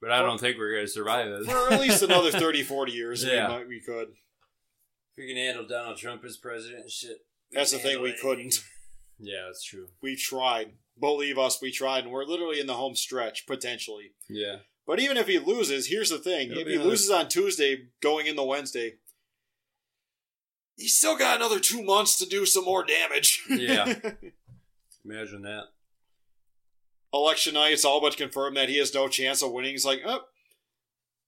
S2: But I don't think we're gonna survive this.
S1: For at least another 30, 40 years,
S2: Yeah.
S1: we, might, we could.
S2: We can handle Donald Trump as president and shit. We
S1: That's
S2: can
S1: the thing,
S2: handle
S1: we
S2: anything.
S1: couldn't.
S2: Yeah, that's true.
S1: We tried. Believe us, we tried, and we're literally in the home stretch potentially.
S2: Yeah.
S1: But even if he loses, here's the thing:
S2: It'll
S1: if
S2: be
S1: he
S2: another-
S1: loses on Tuesday, going into Wednesday, he's still got another two months to do some more damage.
S2: Yeah. Imagine that.
S1: Election night, it's all but confirmed that he has no chance of winning. He's like, oh,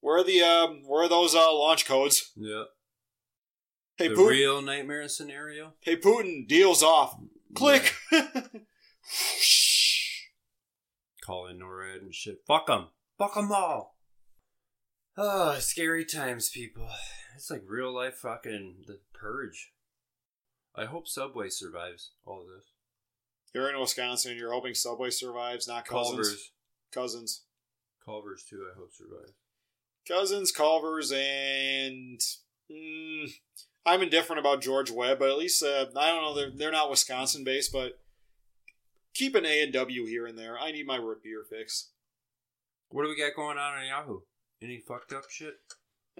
S1: where are the um, where are those uh, launch codes?
S2: Yeah.
S1: Hey
S2: the
S1: Putin,
S2: real nightmare scenario.
S1: hey Putin, deals off. Click.
S2: Call in NORAD and shit. Fuck them. Fuck them all. Oh, scary times, people. It's like real life fucking the purge. I hope Subway survives all of this.
S1: You're in Wisconsin. You're hoping Subway survives, not Cousins.
S2: Culver's.
S1: Cousins.
S2: Culver's, too, I hope survives.
S1: Cousins, Culver's, and mm, I'm indifferent about George Webb, but at least uh, I don't know they're they're not Wisconsin based, but Keep an A and W here and there. I need my root beer fix.
S2: What do we got going on on Yahoo? Any fucked up shit?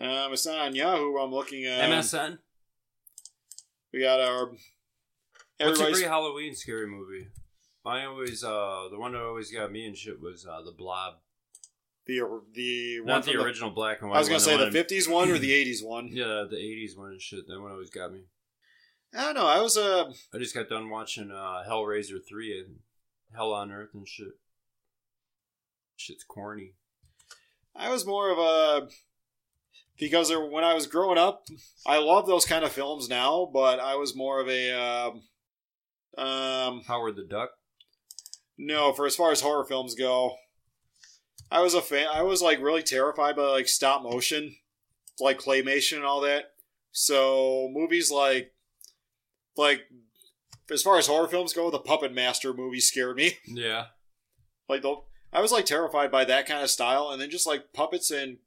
S1: Um, it's not on Yahoo. I'm looking at
S2: MSN.
S1: We got our
S2: What's a
S1: everybody's
S2: great Halloween scary movie? I always uh the one that always got me and shit was uh the Blob.
S1: the the one
S2: Not
S1: from
S2: the original black and white.
S1: I was gonna
S2: one,
S1: say the
S2: one-
S1: '50s one or the '80s one.
S2: Yeah, the '80s one and shit. That one always got me.
S1: I don't know. I was uh,
S2: I just got done watching uh, Hellraiser three and Hell on Earth and shit. Shit's corny.
S1: I was more of a because there, when I was growing up, I love those kind of films now, but I was more of a um, um
S2: Howard the Duck.
S1: no for as far as horror films go. I was a fan. I was like really terrified by like stop motion, like claymation and all that. So movies like like as far as horror films go, the Puppet Master movie scared me.
S2: Yeah,
S1: like the I was like terrified by that kind of style, and then just like puppets and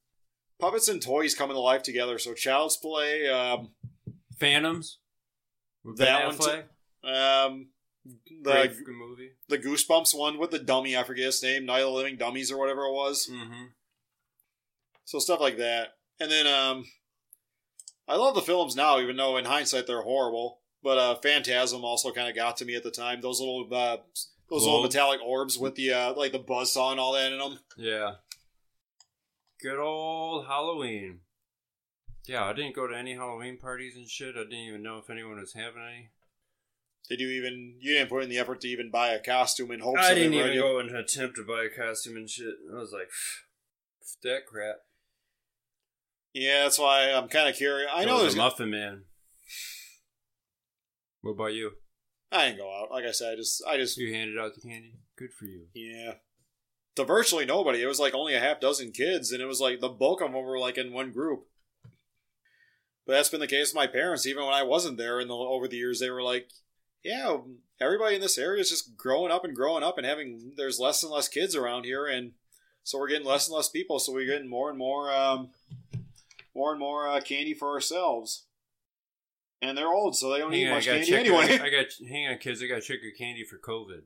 S1: puppets and toys coming to life together. So Child's Play, um,
S2: Phantoms. With
S1: That
S2: Ben
S1: one
S2: Affleck.
S1: um,
S2: Great
S1: the
S2: fucking movie.
S1: the Goosebumps one with the dummy, I forget his name, Night of the Living Dummies or whatever it was.
S2: Mm-hmm.
S1: So stuff like that, and then um, I love the films now, even though in hindsight they're horrible. But uh, Phantasm also kind of got to me at the time. Those little uh, those little
S2: Globe.
S1: metallic orbs with the uh, like the buzzsaw and all that in them.
S2: Yeah. Good old Halloween. Yeah, I didn't go to any Halloween parties and shit. I didn't even know if anyone was having any.
S1: Did you even you didn't put in the effort to even buy a costume in hopes?
S2: I
S1: of it,
S2: didn't
S1: right?
S2: even go and attempt to buy a costume and shit. I was like, "Pff, that crap.
S1: Yeah, that's why I'm kind of curious. I
S2: That
S1: know
S2: was
S1: there's.
S2: a muffin man. What about you?
S1: I didn't go out. Like I said, I just, I just,
S2: You handed out the candy. Good for you.
S1: yeah. To virtually nobody, it was like only a half dozen kids, and it was like the bulk of them were like in one group. But that's been the case with my parents, even when I wasn't there. And the, over the years, they were like, "Yeah, everybody in this area is just growing up and growing up, and having there's less and less kids around here, and so we're getting less and less people. So we're getting more and more, um, more and more uh, candy for ourselves." And they're old, so they don't need
S2: Hang on, I
S1: much
S2: got
S1: candy anyway.
S2: I got hang on, kids. I got trick or candy for COVID.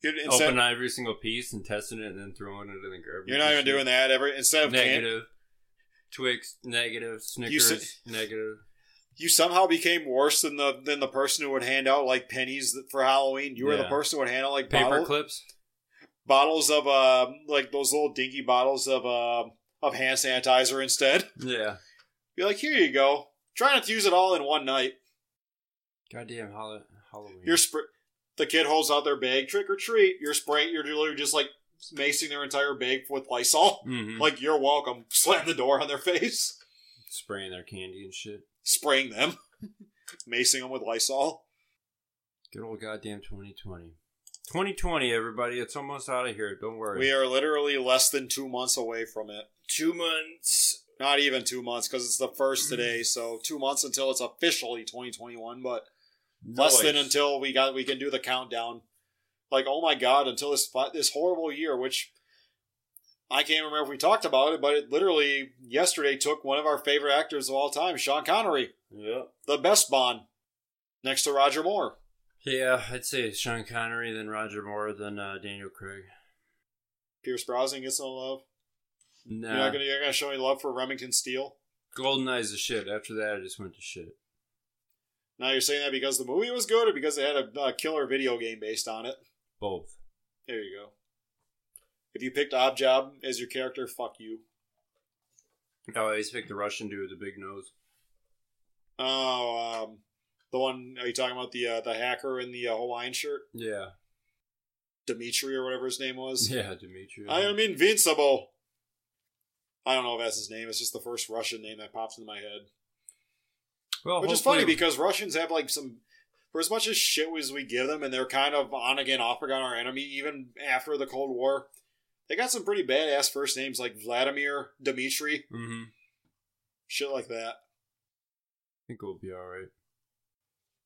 S1: You'd- instead,
S2: Open every single piece and testing it, and then throwing it in the garbage.
S1: you're not
S2: and
S1: even
S2: shit.
S1: doing that. Every instead of can,
S2: negative. Twix negative.
S1: You
S2: Snickers
S1: said-
S2: negative.
S1: you somehow became worse than the than the person who would hand out like pennies for Halloween. You were the
S2: Yeah.
S1: person who would hand out like
S2: Paper
S1: bottle,
S2: clips.
S1: bottles of uh, like those little dinky bottles of uh, of hand sanitizer instead.
S2: Yeah.
S1: You're like, here you go. Try not to use it all in one night.
S2: Goddamn Hall- Halloween.
S1: You're sp- the kid holds out their bag, trick or treat. You're spraying. You're literally just like macing their entire bag with Lysol.
S2: Mhm.
S1: Like you're welcome. Slam the door on their face.
S2: spraying their candy and shit.
S1: Spraying them, macing them with Lysol.
S2: Good old goddamn 2020. 2020, everybody. It's almost out of here. Don't worry.
S1: We are literally less than two months away from it.
S2: two months.
S1: Not even two months because it's the first today, so two months until it's officially 2021. But less than until we got we can do the countdown. Like oh my god, until this fi- this horrible year, which I can't remember if we talked about it, but it literally yesterday took one of our favorite actors of all time, Sean Connery,
S2: Yeah.
S1: the best Bond, next to Roger Moore.
S2: Yeah, I'd say Sean Connery, then Roger Moore, then uh, Daniel Craig.
S1: Pierce Brosnan gets no love.
S2: Nah.
S1: You're not gonna you're not gonna show any love for Remington Steele.
S2: Goldeneye's the shit. After that, I just went to shit.
S1: Now you're saying that because the movie was good or because they had a, uh killer video game based on it?
S2: Both.
S1: There you go. If you picked Objob as your character, fuck you.
S2: Oh, I always picked the Russian dude with the big nose.
S1: Oh, um, the one are you talking about the uh, the hacker in the uh, Hawaiian shirt,
S2: Yeah.
S1: Dimitri or whatever his name was?
S2: Yeah, Dimitri.
S1: I am invincible. I don't know if that's his name. It's just the first Russian name that pops into my head,
S2: well,
S1: which is
S2: Oh, hopefully-
S1: funny because Russians have like some. For as much as shit as we give them, and they're kind of on again, off again, our enemy, even after the Cold War, they got some pretty badass first names like Vladimir, Dmitri,
S2: Mhm. I
S1: shit like that.
S2: think we'll be all right.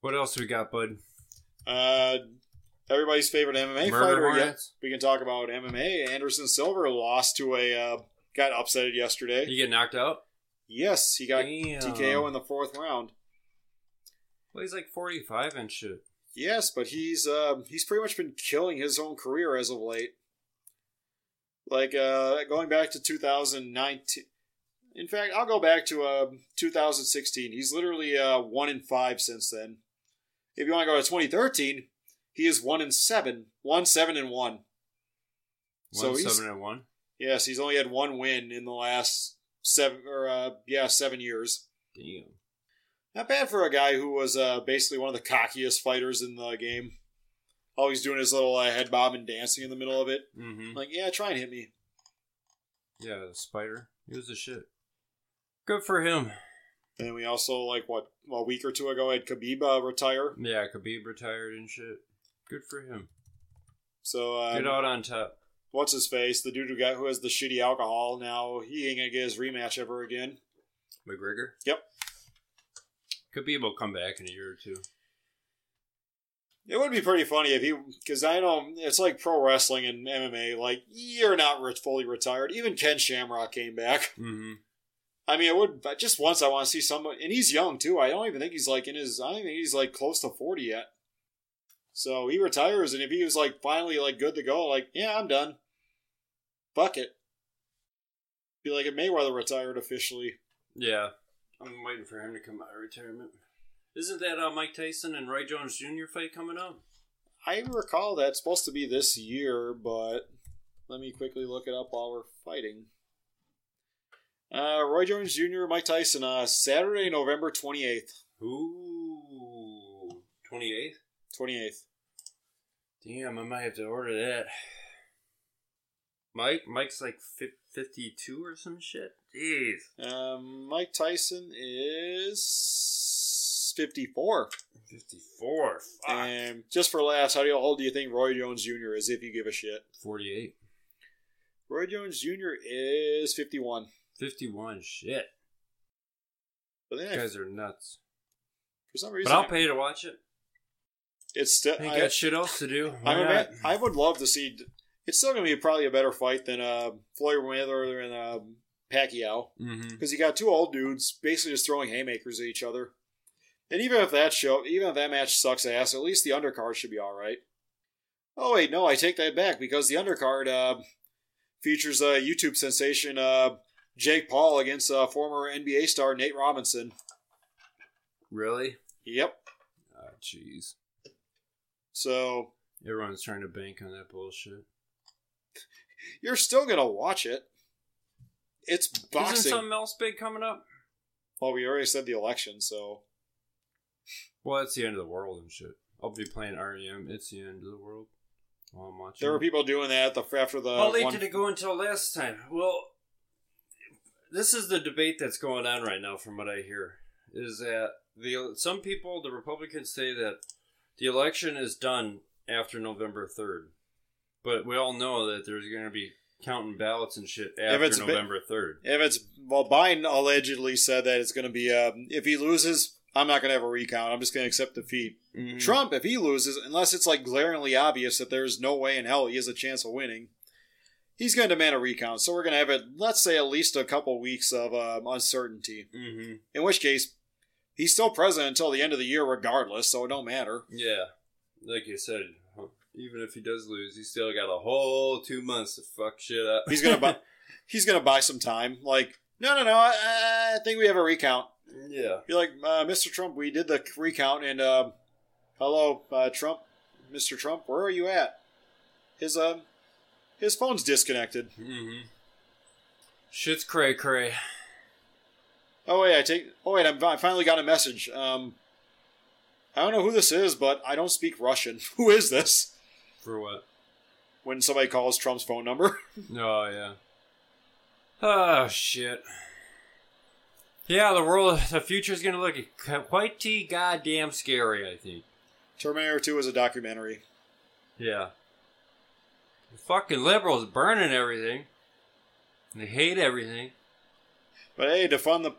S2: What else we got, bud?
S1: Uh, everybody's favorite MMA
S2: Murder
S1: fighter. Yet.
S2: Hornets?
S1: We can talk about MMA. Anderson Silver lost to a uh, got upset yesterday.
S2: You get knocked out?
S1: yes, he got
S2: Damn.
S1: TKO in the fourth round.
S2: Well, he's like 45 and shit.
S1: Yes, but he's um, he's pretty much been killing his own career as of late. Like uh, going back to 2019. In fact, I'll go back to uh, 2016. He's literally uh, one in five since then. If you want to go to 2013, he is one in seven, one seven and one. So
S2: One
S1: he's-
S2: seven and one.
S1: Yes, he's only had one win in the last seven or uh, yeah seven years.
S2: Damn.
S1: Not bad for a guy who was uh, basically one of the cockiest fighters in the game. Always doing his little uh, head bob and dancing in the middle of it.
S2: Mm-hmm.
S1: Like, yeah, try and hit me.
S2: Yeah, the spider. He was the shit. Good for him.
S1: And we also like what a week or two ago had Khabib uh, retire.
S2: Yeah, Khabib retired and shit. Good for him.
S1: So uh,
S2: Get out on top.
S1: what's his face? The dude who got who has the shitty alcohol now he ain't gonna get his rematch ever again.
S2: McGregor.
S1: Yep.
S2: Khabib will come back in a year or two.
S1: It would be pretty funny if he, because I know it's like pro wrestling and MMA. Like you're not re- fully retired. Even Ken Shamrock came back.
S2: Mm-hmm.
S1: I mean, it would but just once. I want to see someone, and he's young too. I don't even think he's like in his. I don't even think he's like close to forty yet. So he retires, and if he was like finally like good to go, like yeah, I'm done. Fuck it. Be like if Mayweather retired officially.
S2: Yeah. I'm waiting for him to come out of retirement. Isn't that uh, Mike Tyson and Roy Jones Jr. fight coming up?
S1: I recall that's supposed to be this year, but let me quickly look it up while we're fighting. Uh, Roy Jones Jr., Mike Tyson, uh, Saturday, November 28th.
S2: Ooh. 28th?
S1: 28th.
S2: Damn, I might have to order that. Mike? Mike's like fif- 52 or some shit? Jeez.
S1: Um, Mike Tyson is 54.
S2: 54. Fuck.
S1: And just for laughs, how do you- how old do you think Roy Jones Jr. is if you give a shit?
S2: 48.
S1: Roy Jones Jr. is 51.
S2: 51. Shit.
S1: But then,
S2: You
S1: I-
S2: guys are nuts.
S1: for some
S2: But
S1: reason,
S2: I'll pay to watch it.
S1: it's still.
S2: I ain't got shit else to do. Why
S1: I'm a
S2: not?
S1: ma- I would love to see. It's still going to be probably a better fight than uh, Floyd Mayweather and um, Pacquiao
S2: Mm-hmm.
S1: because you got two old dudes basically just throwing haymakers at each other. And even if that show, even if that match sucks ass, at least the undercard should be all right. Oh wait, no, I take that back because the undercard uh, features uh, YouTube sensation uh, Jake Paul against uh, former NBA star Nate Robinson.
S2: Really?
S1: Yep.
S2: Ah, jeez.
S1: So
S2: Everyone's trying to bank on that bullshit.
S1: you're still gonna watch it. It's boxing.
S2: Isn't something else big coming up?
S1: Well, we already said the election, so
S2: Well, that's the end of the world and shit. I'll be playing REM. It's the end of the world. While I'm watching.
S1: there were
S2: it.
S1: people doing that the after the
S2: How late
S1: Uh, one-
S2: did it go until last time? Well, this is the debate that's going on right now, from what I hear, is that the some people, the Republicans, say that the election is done after November third, but we all know that there's going to be counting ballots and shit after
S1: it's been-
S2: November third.
S1: If it's well, Biden allegedly said that it's going to be um, if he loses, I'm not going to have a recount. I'm just going to accept defeat.
S2: Mm-hmm.
S1: Trump, if he loses, unless it's like glaringly obvious that there's no way in hell he has a chance of winning, he's going to demand a recount. So we're going to have it, let's say, at least a couple weeks of um, uncertainty.
S2: Mm-hmm.
S1: In which case, he's still president until the end of the year, regardless. So it don't matter.
S2: Yeah, like you said, even if he does lose, he's still got a whole two months to fuck shit up.
S1: He's gonna buy. he's gonna buy some time. Like, no, no, no. I, I think we have a recount.
S2: yeah.
S1: You're like, uh, Mr. Trump. We did the recount, and uh, hello, uh, Trump, Mr. Trump. Where are you at? His um, his phone's disconnected.
S2: Mm-hmm. Shit's cray cray.
S1: Oh wait, I take. Oh wait, I'm, I finally got a message. Um, I don't know who this is, but I don't speak Russian. who is this?
S2: For what?
S1: When somebody calls Trump's phone number,
S2: Oh yeah. Oh shit. Yeah, the world, the future's gonna look quite t goddamn scary. I think.
S1: Terminator Two is a documentary.
S2: Yeah. The fucking liberals burning everything. They hate everything.
S1: But hey, defund the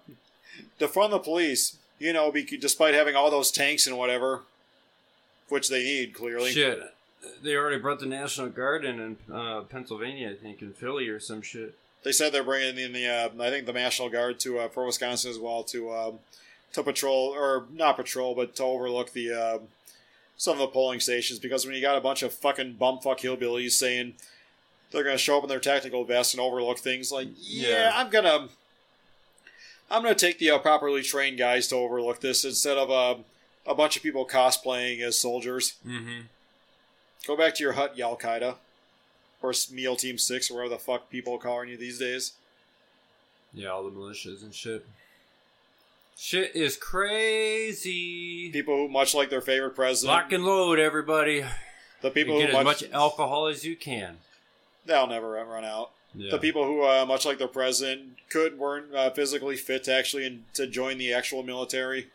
S1: defund the police. You know, be, despite having all those tanks and whatever, which they need clearly.
S2: Shit. They already brought the National Guard in in uh, Pennsylvania, I think, in Philly or some shit.
S1: They said they're bringing in the uh, I think the National Guard to uh, for Wisconsin as well to um, to patrol or not patrol, but to overlook the um some of the polling stations because when you got a bunch of fucking bumfuck hillbillies saying they're going to show up in their technical vests and overlook things, like yeah,
S2: Yeah.
S1: I'm gonna I'm gonna take the uh, properly trained guys to overlook this instead of uh, a bunch of people cosplaying as soldiers.
S2: Mm-hmm.
S1: Go back to your hut, Al Qaeda, or s- Meal Team Six, or whatever the fuck people are calling you these days.
S2: Yeah, all the militias and shit. Shit is crazy.
S1: People who, much like their favorite president,
S2: Lock and load, everybody.
S1: the people
S2: get
S1: who
S2: as
S1: much,
S2: much alcohol as you can.
S1: they'll never run out.
S2: Yeah.
S1: the people who, uh, much like their president, could weren't uh, physically fit to actually in, to join the actual military,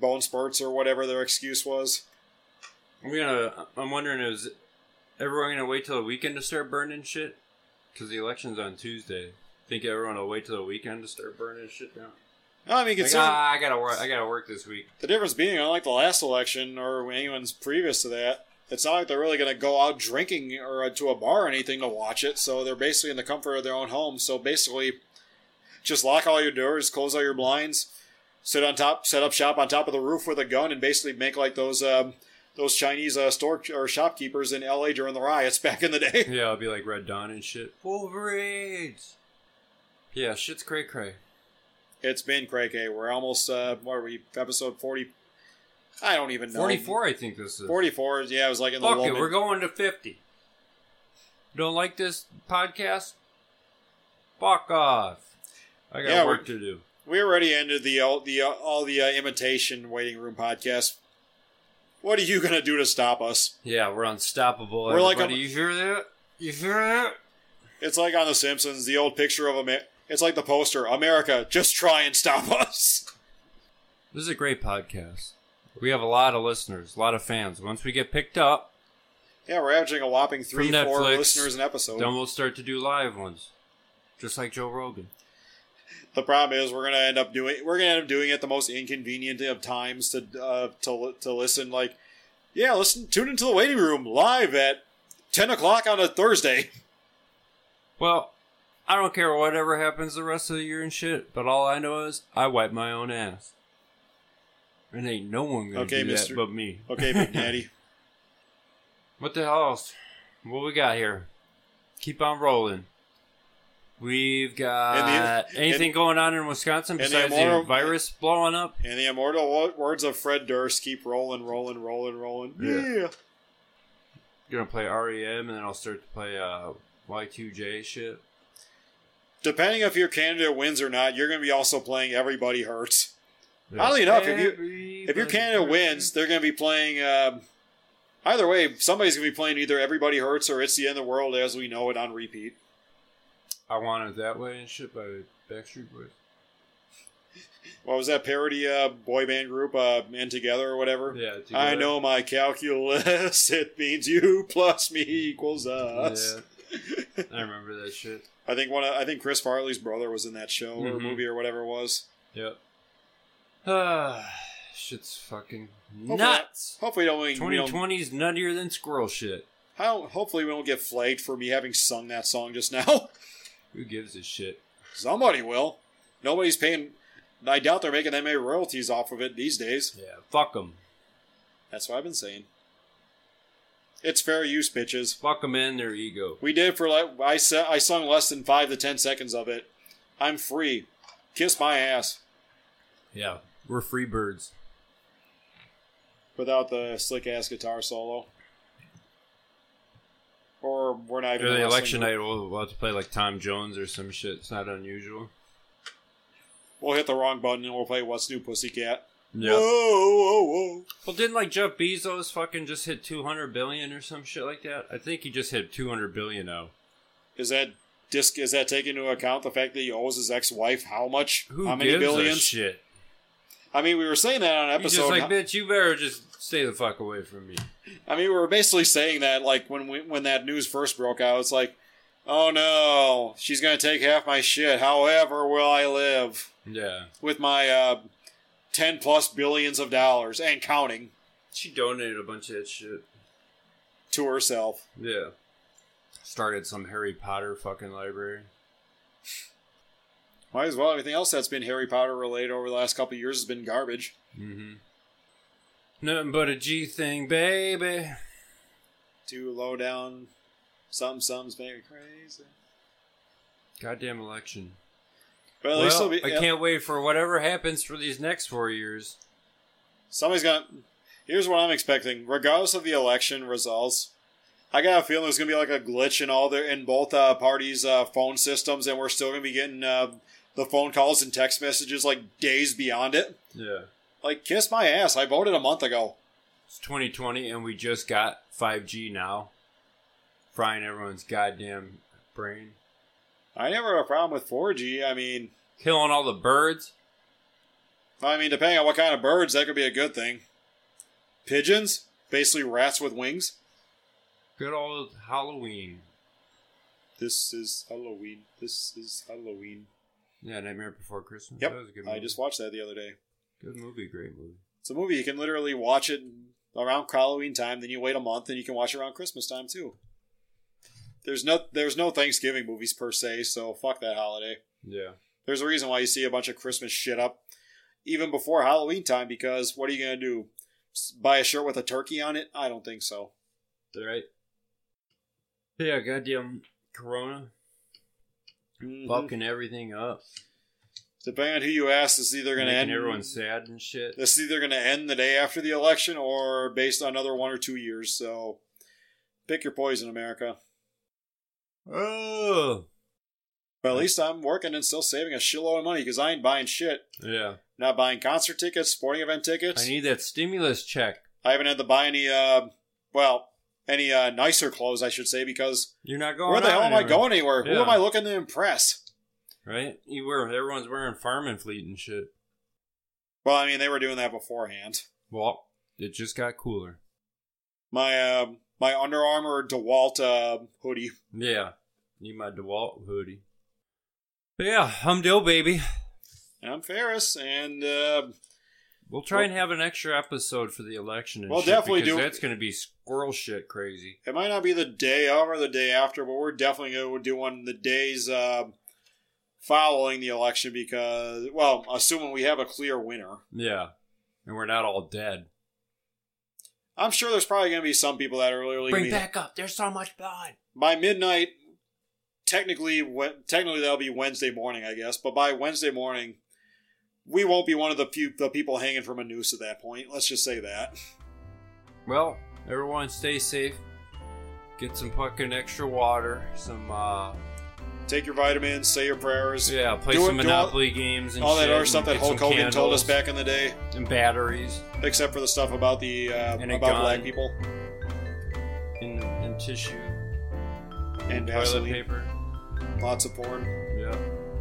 S1: bone spurts or whatever their excuse was.
S2: I'm gonna. I'm wondering is everyone gonna wait till the weekend to start burning shit? Because the election's on Tuesday. Think everyone will wait till the weekend to start burning shit down?
S1: I mean,
S2: Like,
S1: consider
S2: ah, I gotta work. I gotta work this week.
S1: the difference being, unlike the last election or anyone's previous to that, it's not like they're really going to go out drinking or uh, to a bar or anything to watch it. So they're basically in the comfort of their own home. So basically, just lock all your doors, close all your blinds, sit on top, set up shop on top of the roof with a gun, and basically make like those um, those Chinese uh, store or shopkeepers in L.A. during the riots back in the day.
S2: Yeah, I'll be like Red Dawn and shit. Wolverines. Yeah, shit's cray cray.
S1: It's been cray cray. We're almost uh, what are we? Episode forty. I don't even know.
S2: Forty four, I think this is.
S1: Forty four. Yeah, it was like in the
S2: Fuck
S1: low
S2: it,
S1: mid-
S2: we're going to fifty. Don't like this podcast? Fuck off. I got
S1: Yeah,
S2: work
S1: we're-
S2: to do.
S1: We already ended the all the uh, all the uh, imitation waiting room podcast. What are you gonna do to stop us?
S2: Yeah, we're unstoppable.
S1: We're like
S2: everybody.
S1: a-
S2: you hear that? You hear that?
S1: It's like on The Simpsons, the old picture of Amer- It's like the poster, America, just try and stop us.
S2: This is a great podcast. We have a lot of listeners, a lot of fans. Once we get picked up,
S1: Yeah, we're averaging a whopping three,
S2: From
S1: four
S2: Netflix,
S1: listeners an episode.
S2: then we'll start to do live ones, just like Joe Rogan.
S1: The problem is, we're gonna end up doing we're gonna end up doing it the most inconvenient of times to uh, to li- to listen. Like, yeah, listen, tune into the waiting room live at ten o'clock on a Thursday.
S2: Well, I don't care whatever happens the rest of the year and shit, but all I know is I wipe my own ass. And ain't no one gonna
S1: Okay,
S2: do
S1: Mr.
S2: that but me.
S1: Okay, Big Daddy.
S2: What the hell else? What we got here? Keep on rolling. We've got
S1: And the-
S2: anything
S1: and-
S2: going on in Wisconsin
S1: and the
S2: besides the,
S1: immoral-
S2: virus blowing up?
S1: And the immortal wo- words of Fred Durst keep rolling, rolling, rolling, rolling.
S2: Yeah.
S1: Yeah.
S2: gonna play REM, and then I'll start to play uh, Y2J shit.
S1: Depending if your candidate wins or not, you're going to be also playing Everybody Hurts. Oddly enough, if you- If your candidate wins, they're going to be playing. Um, either way, somebody's going to be playing either Everybody Hurts or It's the End of the World as we know it on repeat.
S2: I want it that way and shit by Backstreet Boys.
S1: What was that parody uh, boy band group, uh, In Together or whatever?
S2: Yeah, together.
S1: I know my calculus. It means you plus me equals
S2: Yeah,
S1: us.
S2: I remember that shit.
S1: I think one. Of, I think Chris Farley's brother was in that show or
S2: Mhm.
S1: movie or whatever it was.
S2: Yep. Ah, shit's fucking
S1: Hopefully-
S2: nuts.
S1: Hopefully, we don't. We don't
S2: 2020's nuttier than squirrel shit.
S1: How, hopefully we don't get flagged for me having sung that song just now.
S2: Who gives a shit?
S1: Somebody will. Nobody's paying. I doubt they're making that many royalties off of it these days.
S2: Yeah, fuck them.
S1: That's what I've been saying. It's fair use, bitches.
S2: Fuck them in their ego.
S1: We did for like I sa- I sung less than five to ten seconds of it. I'm free. Kiss my ass
S2: Yeah, we're free birds.
S1: without the slick ass guitar solo. Or we're not even
S2: During the
S1: wrestling
S2: election
S1: group.
S2: night, we'll, we'll have to play like Tom Jones or some shit. It's not unusual.
S1: We'll hit the wrong button and we'll play "What's New, Pussycat."
S2: Yeah.
S1: Whoa, whoa, whoa!
S2: Well, didn't like Jeff Bezos fucking just hit 200 billion or some shit like that? I think he just hit 200 billion now.
S1: Is that disc? Is that taking into account the fact that he owes his ex-wife how much?
S2: Who
S1: how
S2: gives
S1: many billions?
S2: a shit?
S1: I mean, we were saying that on an
S2: He's
S1: episode.
S2: just like, bitch, you better just stay the fuck away from me.
S1: I mean, we were basically saying that like when we, when that news first broke out, it's like, oh no, she's gonna take half my shit. However, will I live
S2: Yeah.
S1: with my uh, ten plus billions of dollars and counting
S2: She donated a bunch of that shit.
S1: to herself?
S2: Yeah. Started some Harry Potter fucking library.
S1: Might as well. Everything else that's been Harry Potter related over the last couple of years has been garbage.
S2: Mm-hmm. Nothing but a G thing, baby.
S1: Too low down. Some sums make me crazy.
S2: Goddamn election.
S1: But at
S2: Well,
S1: least it'll be,
S2: I
S1: yeah,
S2: can't wait for whatever happens for these next four years.
S1: somebody's got. Here's what I'm expecting. Regardless of the election results, I got a feeling there's gonna be like a glitch in all their in both uh, parties' uh, phone systems, and we're still gonna be getting uh, the phone calls and text messages like days beyond it.
S2: Yeah.
S1: Like, kiss my ass. I voted a month ago.
S2: It's 2020, and we just got 5G now, frying everyone's goddamn brain,
S1: I never had a problem with 4G. I mean,
S2: killing all the birds.
S1: I mean, depending on what kind of birds, that could be a good thing. Pigeons, basically rats with wings.
S2: Good old Halloween.
S1: This is Halloween. This is Halloween.
S2: Yeah, Nightmare Before Christmas.
S1: Yep,
S2: that was a good movie.
S1: I just watched that the other day.
S2: good movie, great movie.
S1: It's a movie you can literally watch it around Halloween time. Then you wait a month, and you can watch it around Christmas time too. There's no there's no Thanksgiving movies per se, so fuck that holiday.
S2: Yeah,
S1: There's a reason why you see a bunch of Christmas shit up even before Halloween time because what are you gonna do? S- Buy a shirt with a turkey on it? I don't think so.
S2: right. Yeah, goddamn Corona
S1: Mhm.
S2: fucking everything up,
S1: Depending on who you ask, it's either gonna
S2: making
S1: end
S2: everyone sad and shit.
S1: This is either going to end the day after the election or based on another one or two years. So pick your poison, America.
S2: Oh,
S1: But at least I'm working and still saving a shitload of money because I ain't buying shit.
S2: yeah.
S1: Not buying concert tickets, sporting event tickets.
S2: I need that stimulus check.
S1: I haven't had to buy any, uh, well, any uh, nicer clothes, I should say, because
S2: You're not going.
S1: where the
S2: out
S1: hell am I
S2: anywhere,
S1: going anywhere? Who
S2: Yeah.
S1: am I looking to impress?
S2: Right? You wear. Everyone's wearing farm and fleet and shit.
S1: Well, I mean, they were doing that beforehand.
S2: Well, it just got cooler.
S1: My, uh, my Under Armour DeWalt uh, hoodie.
S2: Yeah. Need my DeWalt hoodie. But yeah, I'm Dill Baby.
S1: And I'm Ferris, and uh,
S2: We'll try and have an extra episode for the election and
S1: We'll
S2: shit,
S1: definitely
S2: because
S1: do-
S2: that's going to be squirrel shit crazy.
S1: It might not be the day of or the day after, but we're definitely going to do one the days uh, following the election because, well, assuming we have a clear winner.
S2: Yeah. And we're not all dead.
S1: I'm sure there's probably going to be some people that are really gonna
S2: Bring
S1: be,
S2: back up. There's so much blood.
S1: by midnight. Technically, Wed- technically that'll be Wednesday morning, I guess. But by Wednesday morning, we won't be one of the few the people hanging from a noose at that point. Let's just say that.
S2: Well, everyone stay safe. Get some fucking extra water. Some, uh,
S1: Take your vitamins, say your prayers,
S2: yeah, play
S1: Do it-
S2: some
S1: do all-
S2: Monopoly games and
S1: all that
S2: shit,
S1: other stuff
S2: and
S1: that
S2: get some
S1: Hulk Hogan told us
S2: candles
S1: back in the day,
S2: And batteries.
S1: except for the stuff about the uh,
S2: And a
S1: about
S2: gun.
S1: black people.
S2: and, and tissue
S1: and
S2: toilet
S1: Vaseline,
S2: paper.
S1: lots of porn.
S2: Yeah.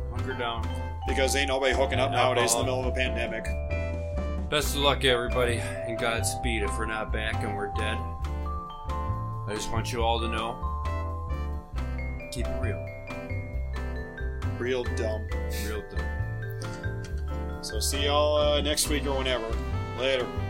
S2: Hunker down.
S1: Because ain't nobody hooking up
S2: And
S1: nowadays in the
S2: alcohol.
S1: middle of a pandemic.
S2: Best of luck, everybody, and Godspeed if we're not back and we're dead. I just want you all to know keep it real.
S1: Real dumb.
S2: Real dumb.
S1: So see y'all uh, next week or whenever. Later.